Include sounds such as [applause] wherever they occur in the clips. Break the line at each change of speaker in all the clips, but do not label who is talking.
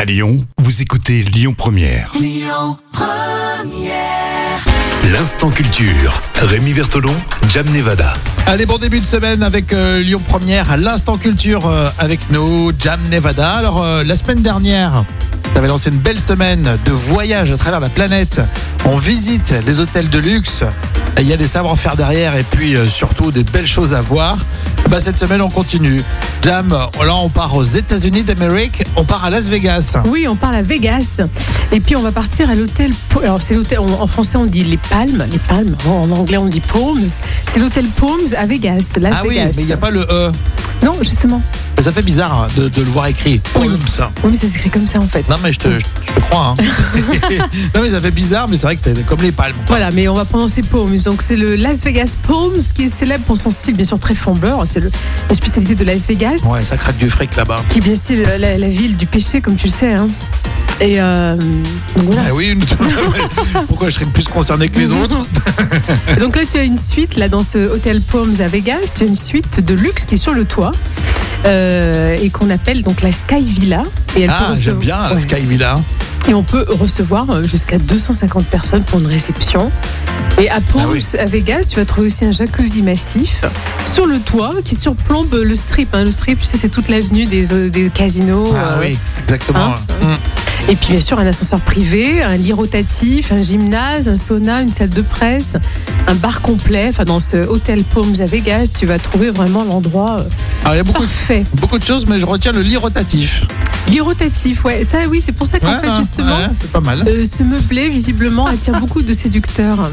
À Lyon, vous écoutez Lyon Première. Lyon Première. L'instant culture. Rémi Bertolon, Jam Nevada.
Allez, bon début de semaine avec euh, Lyon Première, à l'instant culture euh, avec nous, Jam Nevada. Alors, euh, la semaine dernière, on avait lancé une belle semaine de voyage à travers la planète. On visite les hôtels de luxe. Il y a des savoir-faire derrière et puis euh, surtout des belles choses à voir. Bah, cette semaine, on continue. Jam, euh, là, on part aux États-Unis d'Amérique. On part à Las Vegas.
Oui, on parle à Vegas. Et puis on va partir à l'hôtel. Po- Alors c'est l'hôtel. En en français on dit les palmes, les palmes. En en anglais on dit palms. C'est l'hôtel Palms à Vegas, Las
ah oui,
Vegas.
mais il n'y a pas le E.
Non, justement.
Mais ça fait bizarre hein, de, de le voir écrit.
Oui.
Oups.
Oui, mais ça s'écrit comme ça en fait.
Non mais je te, je te crois. hein. [laughs] non mais ça fait bizarre, mais c'est vrai que c'est comme les palmes.
Voilà, mais on va prononcer Palms. Donc c'est le Las Vegas Palms qui est célèbre pour son style bien sûr très flambeur. C'est le- la spécialité de Las Vegas,
Ouais, ça craque du fric là-bas.
qui est bien sûr la, la ville du péché comme tu le sais. hein. Et euh, donc voilà.
Ah oui, une- [laughs] pourquoi je serais plus concerné que les autres
Donc là, tu as une suite là dans ce hôtel Palms à Vegas. Tu as une suite de luxe qui est sur le toit euh, et qu'on appelle donc la Sky Villa. Et elle peut
[laughs] Ah, j'aime
recevoir-
bien la
Ouais.
Sky Villa.
Et on peut recevoir euh, jusqu'à 250 personnes pour une réception. Et à Palms,
Ah oui.
à Vegas, tu vas trouver aussi un jacuzzi massif sur le toit qui surplombe le strip. hein. Le strip, tu sais, c'est toute l'avenue des, euh, des casinos.
ah
euh,
oui, exactement. Mm.
hein et puis bien sûr un ascenseur privé, un lit rotatif, un gymnase, un sauna, une salle de presse, un bar complet. Enfin dans ce hôtel Palms à Vegas, tu vas trouver vraiment l'endroit
[laughs]
euh,
Alors il y a beaucoup,
parfait.
beaucoup de choses, mais je retiens le lit rotatif.
Lit rotatif, ouais, ça oui, c'est pour ça qu'en
Ouais,
fait
hein,
justement.
ouais, c'est
[laughs]
pas mal.
euh, ce meublé, visiblement,
[laughs]
attire beaucoup de séducteurs. hein.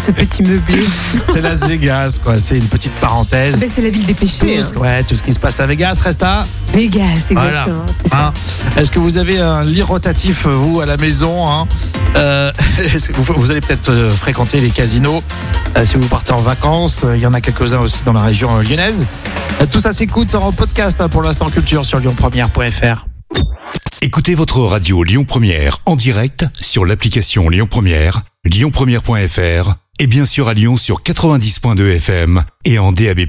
Ce petit meublé.
C'est Las Vegas, quoi. C'est une petite parenthèse.
Ben, c'est la ville des
Tout
péchés.
ce,
hein.
ouais, tout ce qui se passe à Vegas reste à.
Vegas, exactement. c'est ça.
Hein. Est-ce que vous avez un lit rotatif, vous, à la maison hein Euh, [laughs] est-ce que vous, vous allez peut-être euh, fréquenter les casinos euh, si vous partez en vacances. Euh, Il y en a quelques-uns aussi dans la région euh, lyonnaise. Euh, Tout ça s'écoute en podcast hein, pour l'instant culture sur lyonpremière.fr.
Écoutez votre radio Lyon Première en direct sur l'application Lyon Première, lyonpremière.fr et bien sûr à Lyon sur 90.2 FM et en DAB+.